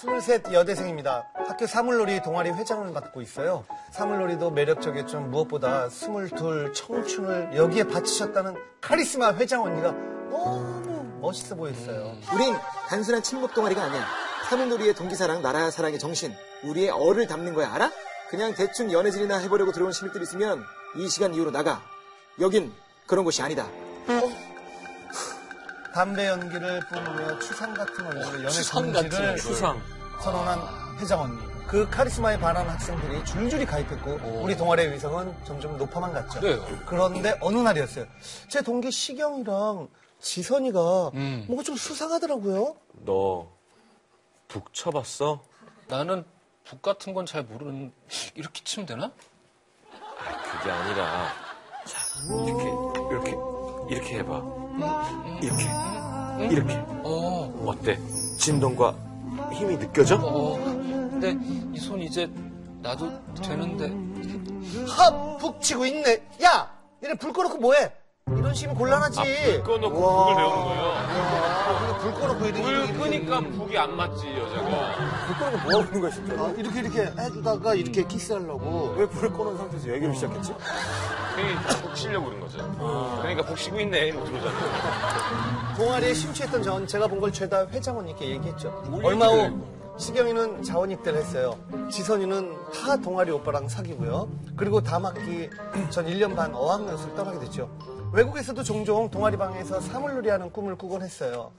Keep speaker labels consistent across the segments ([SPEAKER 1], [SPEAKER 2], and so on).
[SPEAKER 1] 23 여대생입니다. 학교 사물놀이 동아리 회장을 맡고 있어요. 사물놀이도 매력적이었지만 무엇보다 22 청춘을 여기에 바치셨다는 카리스마 회장 언니가 너무 멋있어 보였어요.
[SPEAKER 2] 우린 단순한 친목 동아리가 아니야. 사문놀이의 동기사랑 나라 사랑의 정신, 우리의 어를 담는 거야, 알아? 그냥 대충 연애질이나 해보려고 들어온 신입들 있으면 이 시간 이후로 나가. 여긴 그런 곳이 아니다.
[SPEAKER 1] 담배 연기를 뿜으며 추상 같은 언니를 연애
[SPEAKER 3] 추상 같은
[SPEAKER 1] 금지를
[SPEAKER 3] 얼굴.
[SPEAKER 4] 추상.
[SPEAKER 1] 선언한 회장 언니. 그 카리스마에 반한 학생들이 줄줄이 가입했고 우리 동아리의 위성은 점점 높아만 갔죠.
[SPEAKER 3] 그래요.
[SPEAKER 1] 그런데 어느 날이었어요. 제 동기 시경이랑 지선이가
[SPEAKER 3] 음.
[SPEAKER 1] 뭔가 좀 수상하더라고요.
[SPEAKER 4] 너 북쳐봤어?
[SPEAKER 3] 나는 북 같은 건 잘 모르는 이렇게 치면 되나?
[SPEAKER 4] 그게 아니라 자, 이렇게 이렇게 이렇게 해봐. 이렇게 이렇게
[SPEAKER 3] 어.
[SPEAKER 4] 어때? 진동과 힘이 느껴져?
[SPEAKER 3] 어. 근데 이 손 이제 나도 되는데
[SPEAKER 1] 하푹 치고 있네. 야, 얘네 불 꺼놓고 뭐해? 이런 식이면 곤란하지.
[SPEAKER 4] 아, 꺼놓고 북을 배우는 거예요.
[SPEAKER 1] 아, 불 꺼놓고 이렇게
[SPEAKER 4] 불
[SPEAKER 1] 이렇게,
[SPEAKER 4] 끄니까 북이 안 맞지 여자가.
[SPEAKER 2] 불 끄는 거뭐 하는 거야, 진짜?
[SPEAKER 1] 아, 이렇게 이렇게 해주다가 이렇게
[SPEAKER 4] 음.
[SPEAKER 1] 키스하려고.
[SPEAKER 2] 왜 불을 꺼놓은 상태에서 얘기를 시작했지?
[SPEAKER 4] 괜히 북 치려고 그런 거죠. 그러니까 북 쉬고 있네 못 들어오잖아.
[SPEAKER 1] 동아리에 심취했던 전 제가 본 걸 죄다 회장 언니께 얘기했죠.
[SPEAKER 4] 뭘
[SPEAKER 1] 얼마
[SPEAKER 4] 얘기를
[SPEAKER 1] 후 시경이는 자원입대를 했어요. 지선이는 타 동아리 오빠랑 사귀고요. 그리고 다음 학기 전 1년 반 어학연수를 떠나게 됐죠. 외국에서도 종종 동아리 방에서 사물놀이 하는 꿈을 꾸곤 했어요.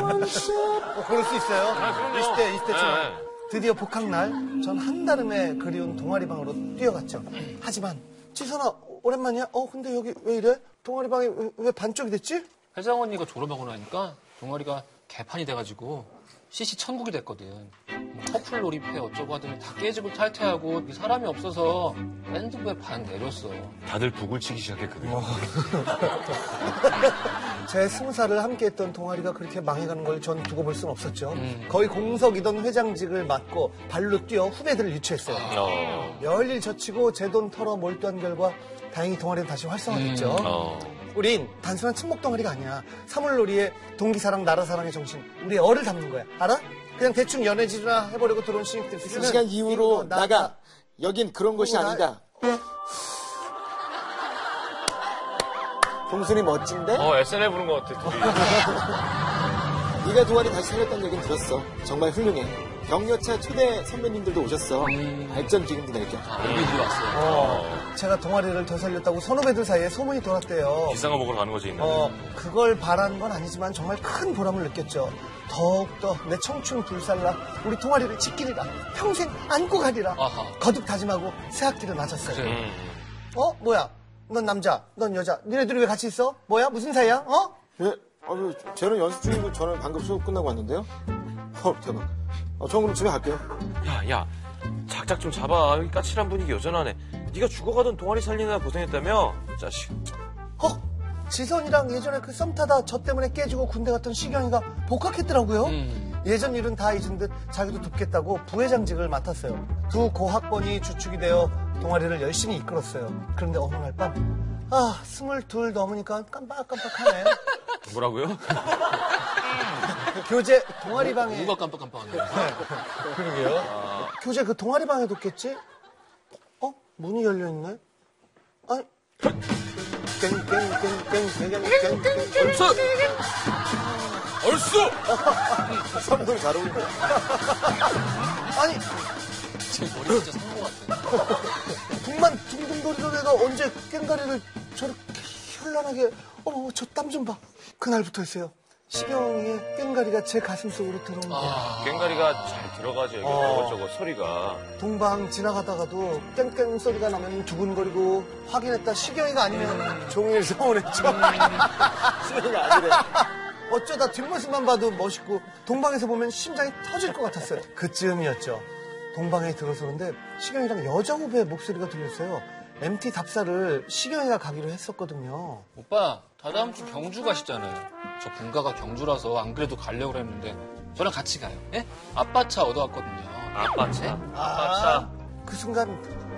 [SPEAKER 1] 어, 그럴 수 있어요.
[SPEAKER 4] 아, 그럼요.
[SPEAKER 1] 20대, 20대처럼.
[SPEAKER 4] 네.
[SPEAKER 1] 드디어 복학날, 전 한달음에 그리운 동아리방으로 뛰어갔죠. 하지만, 지선아, 오랜만이야? 어, 근데 여기 왜 이래? 동아리방이 왜, 왜 반쪽이 됐지?
[SPEAKER 3] 회장 언니가 졸업하고 나니까 동아리가 개판이 돼가지고 CC 천국이 됐거든. 뭐 커플 놀이패 어쩌고 하더니 다 깨지고 탈퇴하고 이 사람이 없어서 밴드부에 반 내렸어.
[SPEAKER 4] 다들 북을 치기 시작했거든요.
[SPEAKER 2] 어.
[SPEAKER 1] 제 스무 살을 함께했던 동아리가 그렇게 망해가는 걸 전 두고 볼 순 없었죠.
[SPEAKER 3] 음.
[SPEAKER 1] 거의 공석이던 회장직을 맡고 발로 뛰어 후배들을 유치했어요.
[SPEAKER 4] 어.
[SPEAKER 1] 열일 젖히고 제 돈 털어 몰두한 결과 다행히 동아리는 다시 활성화됐죠.
[SPEAKER 2] 음.
[SPEAKER 4] 어.
[SPEAKER 1] 우린 단순한 친목 동아리가 아니야. 사물놀이에 동기사랑, 나라사랑의 정신, 우리의 어를 담는 거야. 알아? 그냥 대충 연애질이나 해보려고 들어온 신입들
[SPEAKER 2] 이 시간 이후로 나가. 여긴 그런 곳이
[SPEAKER 1] 어, 나-
[SPEAKER 2] 아니다. 동순이 멋진데?
[SPEAKER 4] 어 SNL 부른 것 같아 둘이.
[SPEAKER 2] 네가 동아리 다시 살렸다는 얘기는 들었어. 정말 훌륭해. 격려차 초대 선배님들도 오셨어. 발전 기금도 낼게.
[SPEAKER 3] 이들이 왔어.
[SPEAKER 1] 제가 동아리를 더 살렸다고 선후배들 사이에 소문이 돌았대요.
[SPEAKER 4] 비싼 거 먹으러 가는 거지 있는.
[SPEAKER 1] 어, 그걸 바라는 건 아니지만 정말 큰 보람을 느꼈죠. 더욱더 내 청춘 불살라 우리 동아리를 지키리라 평생 안고 가리라
[SPEAKER 3] 아하.
[SPEAKER 1] 거듭 다짐하고 새 학기를 맞았어요.
[SPEAKER 3] 그래.
[SPEAKER 4] 음.
[SPEAKER 1] 어? 뭐야? 넌 남자, 넌 여자. 니네들이 왜 같이 있어? 뭐야? 무슨 사이야? 어?
[SPEAKER 2] 예? 아유, 쟤는 연습 중이고 저는 방금 수업 끝나고 왔는데요. 헐, 대박. 어, 저 그럼 집에 갈게요.
[SPEAKER 4] 야, 야, 작작 좀 잡아. 여기 까칠한 분위기 여전하네. 네가 죽어가던 동아리 살리느라 고생했다며? 자식.
[SPEAKER 1] 어? 지선이랑 예전에 그 썸 타다 저 때문에 깨지고 군대 갔던 시경이가 복학했더라고요.
[SPEAKER 3] 음.
[SPEAKER 1] 예전 일은 다 잊은 듯 자기도 돕겠다고 부회장직을 맡았어요. 두 고학번이 주축이 되어 동아리를 열심히 이끌었어요. 그런데 어느 날 밤, 아, 스물둘 넘으니까 깜빡깜빡하네.
[SPEAKER 4] 뭐라고요?
[SPEAKER 1] 그 교재 동아리 방에
[SPEAKER 3] 누가 깜빡깜빡하는 거야.
[SPEAKER 1] 교재 그 동아리 방에 뒀겠지? 어? 문이 열려 있네. 아니. 땡땡땡땡땡땡땡땡
[SPEAKER 4] 얼쑤! 얼쑤!
[SPEAKER 2] 선물 잘 어울린다.
[SPEAKER 1] 아니
[SPEAKER 3] 제 머리 진짜 산거 같아.
[SPEAKER 1] 북만 둥둥거리던 애가 언제 꽹가리를 저렇게 현란하게 어머 저 땀 좀 봐. 그날부터였어요. 시경이의 꽹가리가 제 가슴 속으로 들어온 거예요.
[SPEAKER 3] 아,
[SPEAKER 4] 꽹가리가 잘 들어가죠. 이게
[SPEAKER 1] 어.
[SPEAKER 4] 저거 소리가.
[SPEAKER 1] 동방 지나가다가도 땡땡 소리가 나면 두근거리고 확인했다 시경이가 아니면 종일 서운했죠.
[SPEAKER 2] 수빈이가 아니래.
[SPEAKER 1] 어쩌다 뒷모습만 봐도 멋있고 동방에서 보면 심장이 터질 것 같았어요. 그쯤이었죠. 동방에 들어서는데 시경이랑 여자 후배 목소리가 들렸어요. MT 답사를 시경이가 가기로 했었거든요.
[SPEAKER 3] 오빠, 다다음 주 경주 가시잖아요. 저 분가가 경주라서 안 그래도 가려고 했는데 저랑 같이 가요. 예? 아빠 차 얻어왔거든요.
[SPEAKER 4] 아빠 차. 아빠
[SPEAKER 1] 아,
[SPEAKER 4] 차.
[SPEAKER 1] 그 순간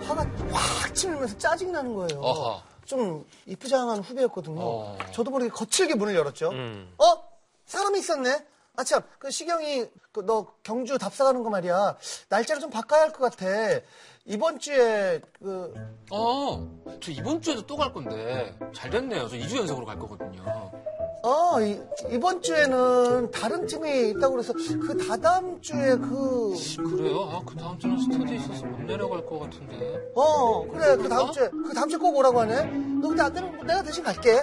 [SPEAKER 1] 화가 확 치밀면서 짜증이 나는 거예요.
[SPEAKER 3] 어허.
[SPEAKER 1] 좀 이쁘장한 후배였거든요.
[SPEAKER 3] 어.
[SPEAKER 1] 저도 모르게 거칠게 문을 열었죠.
[SPEAKER 4] 음.
[SPEAKER 1] 어? 사람이 있었네? 아, 참. 그, 시경이, 그, 너 경주 답사 가는 거 말이야. 날짜를 좀 바꿔야 할 것 같아. 이번 주에, 그,
[SPEAKER 3] 어, 저 이번 주에도 또 갈 건데 잘 됐네요. 저 2주 연속으로 갈 거거든요.
[SPEAKER 1] 어, 이, 이번 주에는 다른 팀이 있다고 그래서 그 다다음 주에 그,
[SPEAKER 3] 그래요? 아, 그 다음 주는 스터디 있어서 못 내려갈 것 같은데.
[SPEAKER 1] 어, 그래. 그 다음
[SPEAKER 3] 어?
[SPEAKER 1] 주에, 그 다음 주에 꼭 오라고 하네. 너 근데 안 되면 내가 대신 갈게.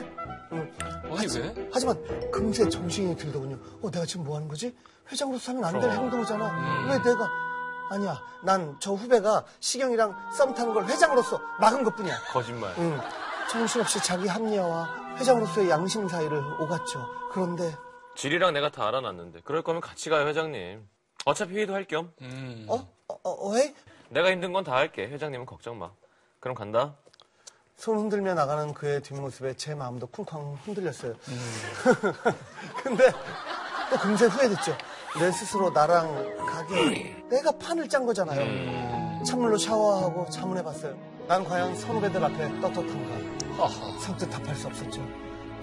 [SPEAKER 3] 아니 왜?
[SPEAKER 1] 하지만 금세 정신이 들더군요. 어, 내가 지금 뭐 하는 거지? 회장으로서 하면 안 될
[SPEAKER 4] 그럼.
[SPEAKER 1] 행동이잖아. 왜 내가? 아니야. 난 저 후배가 시경이랑 썸 타는 걸 회장으로서 막은 것 뿐이야.
[SPEAKER 4] 거짓말.
[SPEAKER 1] 응. 정신없이 자기 합리화와 회장으로서의 양심 사이를 오갔죠. 그런데,
[SPEAKER 4] 지리랑 내가 다 알아놨는데 그럴 거면 같이 가요 회장님. 어차피 회의도 할 겸.
[SPEAKER 3] 음.
[SPEAKER 1] 어? 어, 어, 왜?
[SPEAKER 4] 내가 힘든 건 다 할게. 회장님은 걱정 마. 그럼 간다.
[SPEAKER 1] 손 흔들며 나가는 그의 뒷모습에 제 마음도 쿵쾅 흔들렸어요. 근데 또 금세 후회됐죠. 내 스스로 나랑 가게 내가 판을 짠 거잖아요.
[SPEAKER 3] 음.
[SPEAKER 1] 찬물로 샤워하고 자문해봤어요. 난 과연 선후배들 앞에 떳떳한가
[SPEAKER 3] 아하.
[SPEAKER 1] 선뜻 답할 수 없었죠.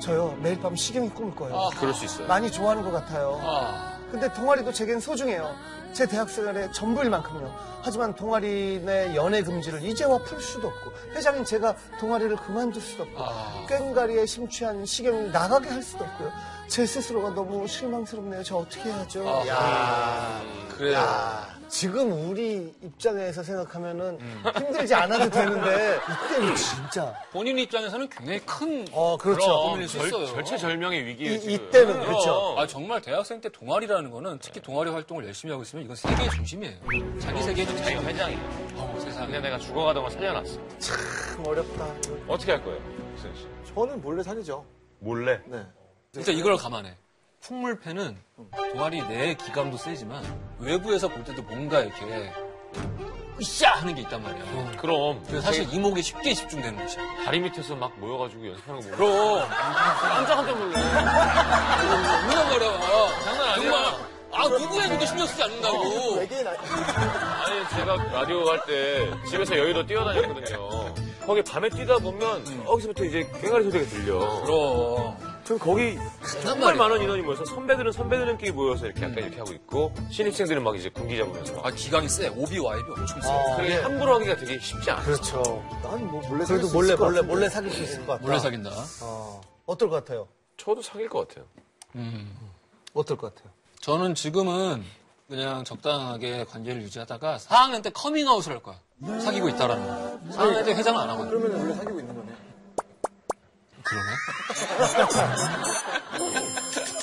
[SPEAKER 1] 저요 매일 밤 시경이 꿈을 꿔요.
[SPEAKER 3] 아.
[SPEAKER 4] 그럴 수 있어요.
[SPEAKER 1] 많이 좋아하는 것 같아요.
[SPEAKER 3] 아.
[SPEAKER 1] 근데 동아리도 제겐 소중해요. 제 대학생활의 전부일 만큼요. 하지만 동아리 내 연애 금지를 이제와 풀 수도 없고 회장인 제가 동아리를 그만둘 수도 없고
[SPEAKER 3] 아.
[SPEAKER 1] 꽹가리에 심취한 시경이 나가게 할 수도 없고요. 제 스스로가 너무 실망스럽네요. 저 어떻게 해야죠?
[SPEAKER 3] 아.
[SPEAKER 1] 야,
[SPEAKER 3] 그래요.
[SPEAKER 1] 야, 지금 우리 입장에서 생각하면은 힘들지 않아도 되는데 이때는 진짜
[SPEAKER 3] 본인 입장에서는 굉장히 큰
[SPEAKER 1] 어
[SPEAKER 3] 그럼.
[SPEAKER 1] 그렇죠.
[SPEAKER 3] 고민일 수 있어요.
[SPEAKER 4] 절체절명의 위기예요.
[SPEAKER 1] 이-
[SPEAKER 4] 지금.
[SPEAKER 1] 이때는
[SPEAKER 4] 그럼.
[SPEAKER 1] 그렇죠.
[SPEAKER 3] 아 정말 대학생 때 동아리라는 거는 특히 동아리 활동을 열심히 하고 있으면 이건 세계의 중심이에요. 자기 세계의
[SPEAKER 4] 자기
[SPEAKER 3] 중심.
[SPEAKER 4] 회장이야.
[SPEAKER 3] 어
[SPEAKER 4] 근데
[SPEAKER 3] 세상에.
[SPEAKER 4] 내가 죽어가던 걸 살려놨어.
[SPEAKER 1] 참 어렵다.
[SPEAKER 4] 어떻게 할 거예요, 승현 씨?
[SPEAKER 2] 저는 몰래 사귀죠.
[SPEAKER 4] 몰래.
[SPEAKER 2] 네.
[SPEAKER 3] 일단 이걸 감안해. 풍물패는 동아리 내 기감도 세지만 외부에서 볼 때도 뭔가 이렇게 으쌰 하는 게 있단 말이야.
[SPEAKER 4] 그럼
[SPEAKER 3] 그래서 사실 이목이 쉽게 집중되는 것이야.
[SPEAKER 4] 다리 밑에서 막 모여가지고 연습하는 거 보면
[SPEAKER 3] 그럼 깜짝깜짝 놀래. 누가 그러니까 말이야.
[SPEAKER 4] 장난 아니야.
[SPEAKER 3] 정말 아 누구야 누구 신경 쓰지 않는다고.
[SPEAKER 2] 외계인 아니
[SPEAKER 4] 아니 제가 라디오 할 때 집에서 여의도 뛰어다녔거든요. 거기 밤에 뛰다 보면 거기서부터 이제 꽹가리 소리가 들려.
[SPEAKER 3] 그럼.
[SPEAKER 4] 전 거기 정말
[SPEAKER 3] 말이야.
[SPEAKER 4] 많은 인원이 모여서 선배들은 선배들끼리 모여서 이렇게 약간 이렇게 하고 있고 신입생들은 막 이제 군기 잡으면서.
[SPEAKER 3] 아 기강이 세. 오비 와이비 엄청 세.
[SPEAKER 1] 어,
[SPEAKER 4] 그게
[SPEAKER 1] 예.
[SPEAKER 4] 함부로 하기가 되게 쉽지 않아.
[SPEAKER 1] 그렇죠.
[SPEAKER 2] 난뭐 몰래 사귈
[SPEAKER 1] 그래도
[SPEAKER 2] 수
[SPEAKER 1] 몰래
[SPEAKER 2] 있을 것
[SPEAKER 1] 몰래
[SPEAKER 2] 같은데.
[SPEAKER 1] 몰래 사귈 수 있을 것 같다.
[SPEAKER 3] 몰래 사귄다.
[SPEAKER 1] 어 어떨 것 같아요?
[SPEAKER 4] 저도 사귈 것 같아요.
[SPEAKER 3] 음.
[SPEAKER 1] 어떨 것 같아요?
[SPEAKER 3] 저는 지금은 그냥 적당하게 관계를 유지하다가 4학년 때 커밍아웃을 할 거야. 사귀고 있다라는 거. 4학년 때 회장을 안 하거든.
[SPEAKER 2] 그러면 몰래 사귀고 있는 거네.
[SPEAKER 3] 그러네.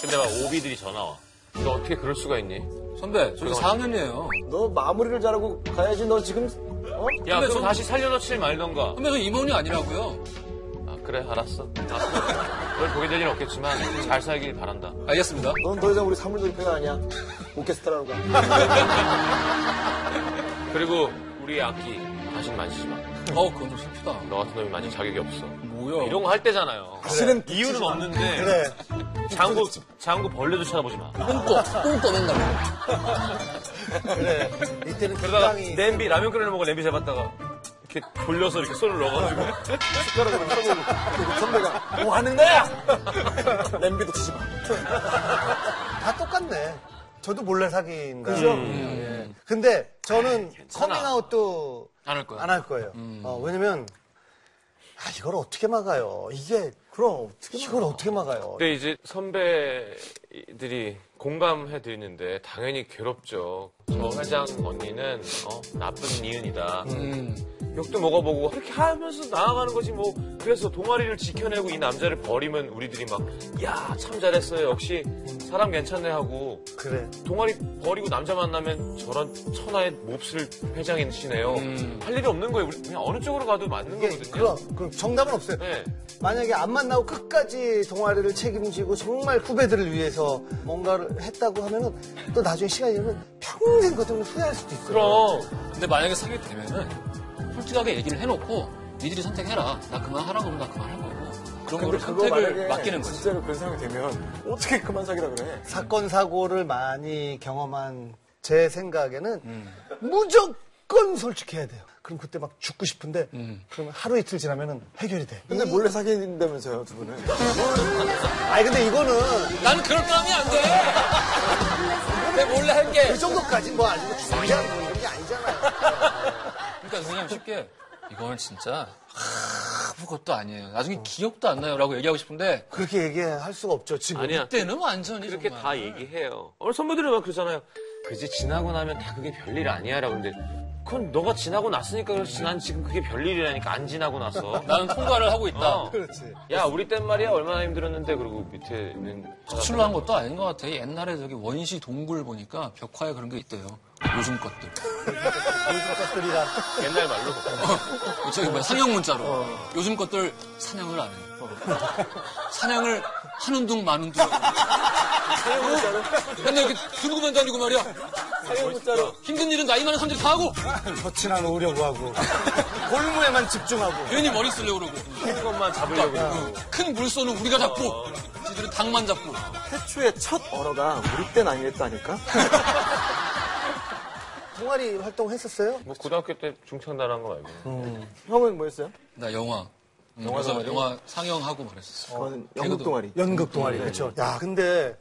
[SPEAKER 4] 근데 막 오비들이 전화 와. 너 어떻게 그럴 수가 있니?
[SPEAKER 3] 선배, 저희 4학년이에요.
[SPEAKER 2] 너 마무리를 잘하고 가야지. 너 지금 어?
[SPEAKER 4] 야,
[SPEAKER 3] 근데
[SPEAKER 4] 그럼
[SPEAKER 3] 전-
[SPEAKER 4] 다시 살려놓지 말던가.
[SPEAKER 3] 선배, 저 임원이 아니라고요.
[SPEAKER 4] 아, 그래, 알았어. 알았어. 널 보게 될 일은 없겠지만 잘 살길 바란다.
[SPEAKER 3] 알겠습니다.
[SPEAKER 2] 넌 더 이상 우리 사물놀이 팬 아니야. 오케스트라로 가.
[SPEAKER 4] 그리고 우리 악기 다신 만지지 마.
[SPEAKER 3] 어, 그건 좀 슬프다.
[SPEAKER 4] 너 같은 놈이 만질 자격이 없어.
[SPEAKER 3] 뭐야.
[SPEAKER 4] 이런 거 할 때잖아요.
[SPEAKER 3] 네.
[SPEAKER 2] 실은
[SPEAKER 4] 이유는 없는데
[SPEAKER 1] 그래.
[SPEAKER 4] 장구 장구 벌레도 쳐다보지 마.
[SPEAKER 3] 꿈꿔, 꿈꿔 맨날.
[SPEAKER 1] 그래. 네. 이때는
[SPEAKER 4] 그러다가
[SPEAKER 1] 굉장히
[SPEAKER 4] 냄비 라면 끓여 먹을 냄비 잡았다가 이렇게 돌려서 이렇게 손을 넣어가지고 숟가락으로 쳐보고
[SPEAKER 2] 우리 선배가 뭐 하는 거야? 냄비도 치지 마.
[SPEAKER 1] 다 똑같네. 저도 몰래 사귄 거. 그죠? 예. 근데 저는 커밍아웃도
[SPEAKER 3] 안 할 거야.
[SPEAKER 1] 안 할 거예요. 어, 왜냐면 아, 이걸 어떻게 막아요? 이게 그럼 어떻게 이걸 어떻게 막아요?
[SPEAKER 4] 근데 이제 선배들이 공감해 드리는데 당연히 괴롭죠. 저 회장 언니는 어, 나쁜 니은이다.
[SPEAKER 3] 음.
[SPEAKER 4] 욕도 먹어보고 그렇게 하면서 나아가는 거지 뭐 그래서 동아리를 지켜내고 이 남자를 버리면 우리들이 막 야 참 잘했어요 역시 사람 괜찮네 하고
[SPEAKER 1] 그래.
[SPEAKER 4] 동아리 버리고 남자 만나면 저런 천하의 몹쓸 회장이시네요
[SPEAKER 3] 음.
[SPEAKER 4] 할 일이 없는 거예요 우리 그냥 어느 쪽으로 가도 맞는
[SPEAKER 1] 이게
[SPEAKER 4] 거거든요
[SPEAKER 1] 그럼 그 정답은 없어요.
[SPEAKER 4] 네.
[SPEAKER 1] 만약에 안 만나고 끝까지 동아리를 책임지고 정말 후배들을 위해서 뭔가를 했다고 하면은 또 나중에 시간이 되면 평생 그 돈을 후회할 수도 있어요.
[SPEAKER 4] 그럼
[SPEAKER 3] 근데 만약에 사귀게 되면은 솔직하게 얘기를 해놓고 니들이 선택해라. 나 그만하라 그러면 나 그만할 거고. 그런 거를 선택을 맡기는 거지.
[SPEAKER 2] 진짜로 그런 상황이 되면 어떻게 그만 사귀라 그래?
[SPEAKER 1] 사건 사고를 많이 경험한 제 생각에는 무조건 솔직해야 돼요. 그럼 그때 막 죽고 싶은데
[SPEAKER 3] 음.
[SPEAKER 1] 그럼 하루 이틀 지나면은 해결이 돼.
[SPEAKER 2] 근데 뭐- 몰래 사귄다면서요, 두 분은.
[SPEAKER 1] 아니 근데 이거는
[SPEAKER 3] 나는 그럴 마음이 안 돼. 내 몰래 할게.
[SPEAKER 1] 그 정도까지 뭐 아니고 중요한 뭐 이런 게 아니잖아요.
[SPEAKER 3] 그러니까 그냥 쉽게 이건 진짜 아무것도 아니에요. 나중에 기억도 안 나요라고 얘기하고 싶은데
[SPEAKER 1] 그렇게 얘기할 수가 없죠 지금.
[SPEAKER 4] 아니야.
[SPEAKER 3] 그때는 완전히
[SPEAKER 4] 그렇게
[SPEAKER 3] 정말.
[SPEAKER 4] 다 얘기해요. 오늘 선배들이 막 그러잖아요. 그지 지나고 나면 다 그게 별일 아니야 라고 근데 그건 너가 지나고 났으니까 그렇지 난 지금 그게 별일이라니까 안 지나고 났어.
[SPEAKER 3] 나는 통과를 하고 있다.
[SPEAKER 4] 어.
[SPEAKER 1] 그렇지.
[SPEAKER 4] 야 우리 땐 말이야 얼마나 힘들었는데 그리고 밑에 있는
[SPEAKER 3] 수출로 한 것도 아닌 것 같아. 옛날에 저기 원시 동굴 보니까 벽화에 그런 게 있대요. 요즘 것들.
[SPEAKER 1] 요즘 것들이라.
[SPEAKER 4] 아, 옛날 말로
[SPEAKER 3] 저기 뭐야 상형 문자로.
[SPEAKER 4] 어.
[SPEAKER 3] 요즘 것들 사냥을 안 해. 사냥을 하는 둥 마는 둥. 사형 문자로? 어? 맨날 이렇게 두고만 다니고 말이야.
[SPEAKER 4] 네,
[SPEAKER 3] 사형 문자로. 힘든 일은 나이 많은 사람들이 다 하고
[SPEAKER 1] 젖이나 놓으려고 하고 골무에만 집중하고.
[SPEAKER 3] 괜히 머리 쓰려고 그러고.
[SPEAKER 4] 것만 잡으려고
[SPEAKER 3] 큰 물소는 우리가 잡고 지들은 닭만 잡고
[SPEAKER 2] 태초의 첫 언어가 우리 땐 아니랬다니까?
[SPEAKER 1] 동아리 활동했었어요?
[SPEAKER 4] 뭐 고등학교 때 중창단한 거 말고
[SPEAKER 2] 형은 뭐였어요?
[SPEAKER 3] 나 영화 응, 그래서 영화 상영하고 그랬었어
[SPEAKER 2] 저는
[SPEAKER 3] 개그도.
[SPEAKER 2] 연극 동아리.
[SPEAKER 1] 연극 동아리 그렇죠.
[SPEAKER 2] 네.
[SPEAKER 1] 야 근데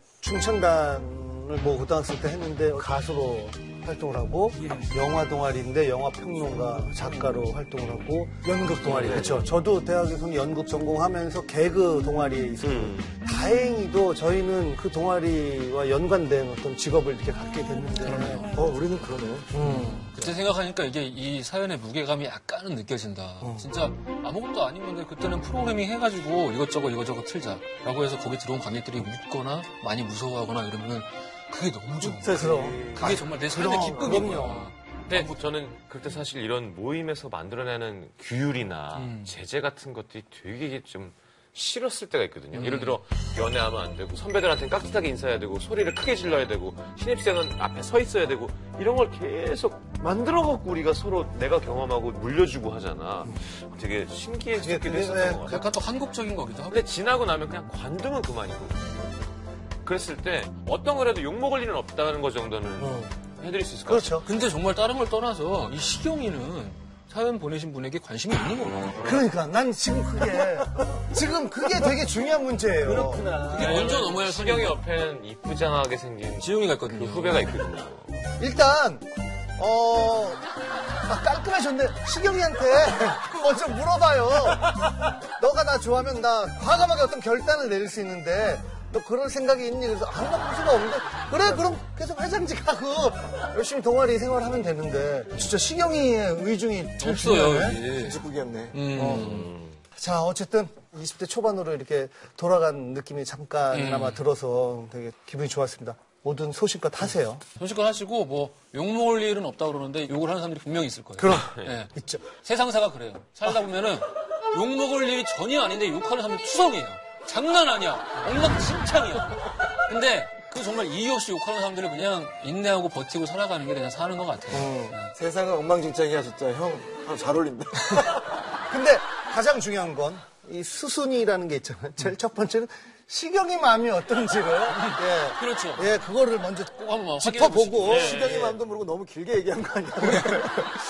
[SPEAKER 1] 충창단을 뭐 고등학생 때 했는데 가수로 활동을 하고 영화 동아리인데 영화 평론가 작가로 활동을 하고 연극 동아리
[SPEAKER 2] 네.
[SPEAKER 1] 그렇죠. 저도 대학에서는 연극 전공하면서 개그 동아리에 있었고
[SPEAKER 2] 음.
[SPEAKER 1] 다행히도 저희는 그 동아리와 연관된 어떤 직업을 이렇게 갖게 됐는데
[SPEAKER 2] 어, 우리는 그러네요.
[SPEAKER 3] 그때 생각하니까 이게 이 사연의 무게감이 약간은 느껴진다
[SPEAKER 1] 어.
[SPEAKER 3] 진짜 아무것도 아닌 건데 그때는 프로그래밍 해가지고 이것저것 이것저것 틀자라고 해서 거기 들어온 관객들이 웃거나 많이 무서워하거나 이러면 그게 너무 좋은 거야
[SPEAKER 1] 네, 그래서
[SPEAKER 3] 그게 정말 내 삶의
[SPEAKER 1] 그럼,
[SPEAKER 3] 기쁨인
[SPEAKER 1] 그럼요.
[SPEAKER 3] 거야
[SPEAKER 1] 네.
[SPEAKER 4] 근데 어, 뭐 저는 그때 사실 이런 모임에서 만들어내는 규율이나
[SPEAKER 1] 음.
[SPEAKER 4] 제재 같은 것들이 되게 좀 싫었을 때가 있거든요.
[SPEAKER 1] 음.
[SPEAKER 4] 예를 들어 연애하면 안 되고 선배들한테는 깍듯하게 인사해야 되고 소리를 크게 질러야 되고 신입생은 앞에 서 있어야 되고 이런 걸 계속 만들어 갖고 우리가 서로 내가 경험하고 물려주고 하잖아. 되게 신기해지기도
[SPEAKER 1] 음. 그게
[SPEAKER 4] 했었던 것 같아요.
[SPEAKER 3] 약간 또 한국적인 거기도 하고
[SPEAKER 4] 근데 지나고 나면 그냥 관두면 그만이고. 그랬을 때 어떤 거라도 욕먹을 일은 없다는 거 정도는 해드릴 수 있을 것 같아요.
[SPEAKER 1] 어. 그렇죠.
[SPEAKER 3] 근데 정말 다른 걸 떠나서 이 식용이는 사연 보내신 분에게 관심이 있는 거야
[SPEAKER 1] 그러니까 난 지금 그게 지금 그게 되게 중요한 문제예요. 그렇구나.
[SPEAKER 3] 이게 먼저 넘어야 할
[SPEAKER 4] 시경이
[SPEAKER 3] 선이야.
[SPEAKER 4] 옆에는 이쁘장하게 생긴
[SPEAKER 3] 지용이가 있거든요.
[SPEAKER 4] 그 후배가 있거든요.
[SPEAKER 1] 일단 어. 막 깔끔해졌는데 시경이한테 먼저 물어봐요. 너가 나 좋아하면 나 과감하게 어떤 결단을 내릴 수 있는데 너 그럴 생각이 있니? 그래서 아무 볼 수가 없는데 그래 그럼 계속 회장직 하고 열심히 동아리 생활하면 되는데 진짜 시경이의 의중이 참
[SPEAKER 3] 없어요,
[SPEAKER 1] 중요하네.
[SPEAKER 3] 여기.
[SPEAKER 2] 직국이었네.
[SPEAKER 3] 음.
[SPEAKER 1] 자, 어쨌든 20대 초반으로 이렇게 돌아간 느낌이
[SPEAKER 3] 음.
[SPEAKER 1] 잠깐이나마 들어서 되게 기분이 좋았습니다. 모든 소신껏 하세요.
[SPEAKER 3] 손실컷 하시고 뭐 욕먹을 일은 없다 그러는데 욕을 하는 사람들이 분명히 있을 거예요.
[SPEAKER 1] 그럼
[SPEAKER 3] 예.
[SPEAKER 1] 있죠.
[SPEAKER 3] 세상사가 그래요. 살다 보면은 욕먹을 일이 전혀 아닌데 욕하는 사람들 투성이에요. 장난 아니야. 엉망진창이야. 근데 그 정말 이유 없이 욕하는 사람들을 그냥 인내하고 버티고 살아가는 게 그냥 사는 것 같아요. 예.
[SPEAKER 2] 세상은 엉망진창이야, 진짜. 형, 아, 잘 어울린다.
[SPEAKER 1] 근데 가장 중요한 건 이 수순이라는 게
[SPEAKER 3] 음.
[SPEAKER 1] 있잖아요. 제일 첫 번째는 시경이 마음이 어떤지를 예.
[SPEAKER 3] 그렇죠. 예,
[SPEAKER 1] 예, 그거를 먼저
[SPEAKER 3] 꼭 한번 뭐 확인해
[SPEAKER 1] 짚어보고
[SPEAKER 3] 보시죠.
[SPEAKER 2] 시경이 마음도 모르고 너무 길게 얘기한 거 아니야?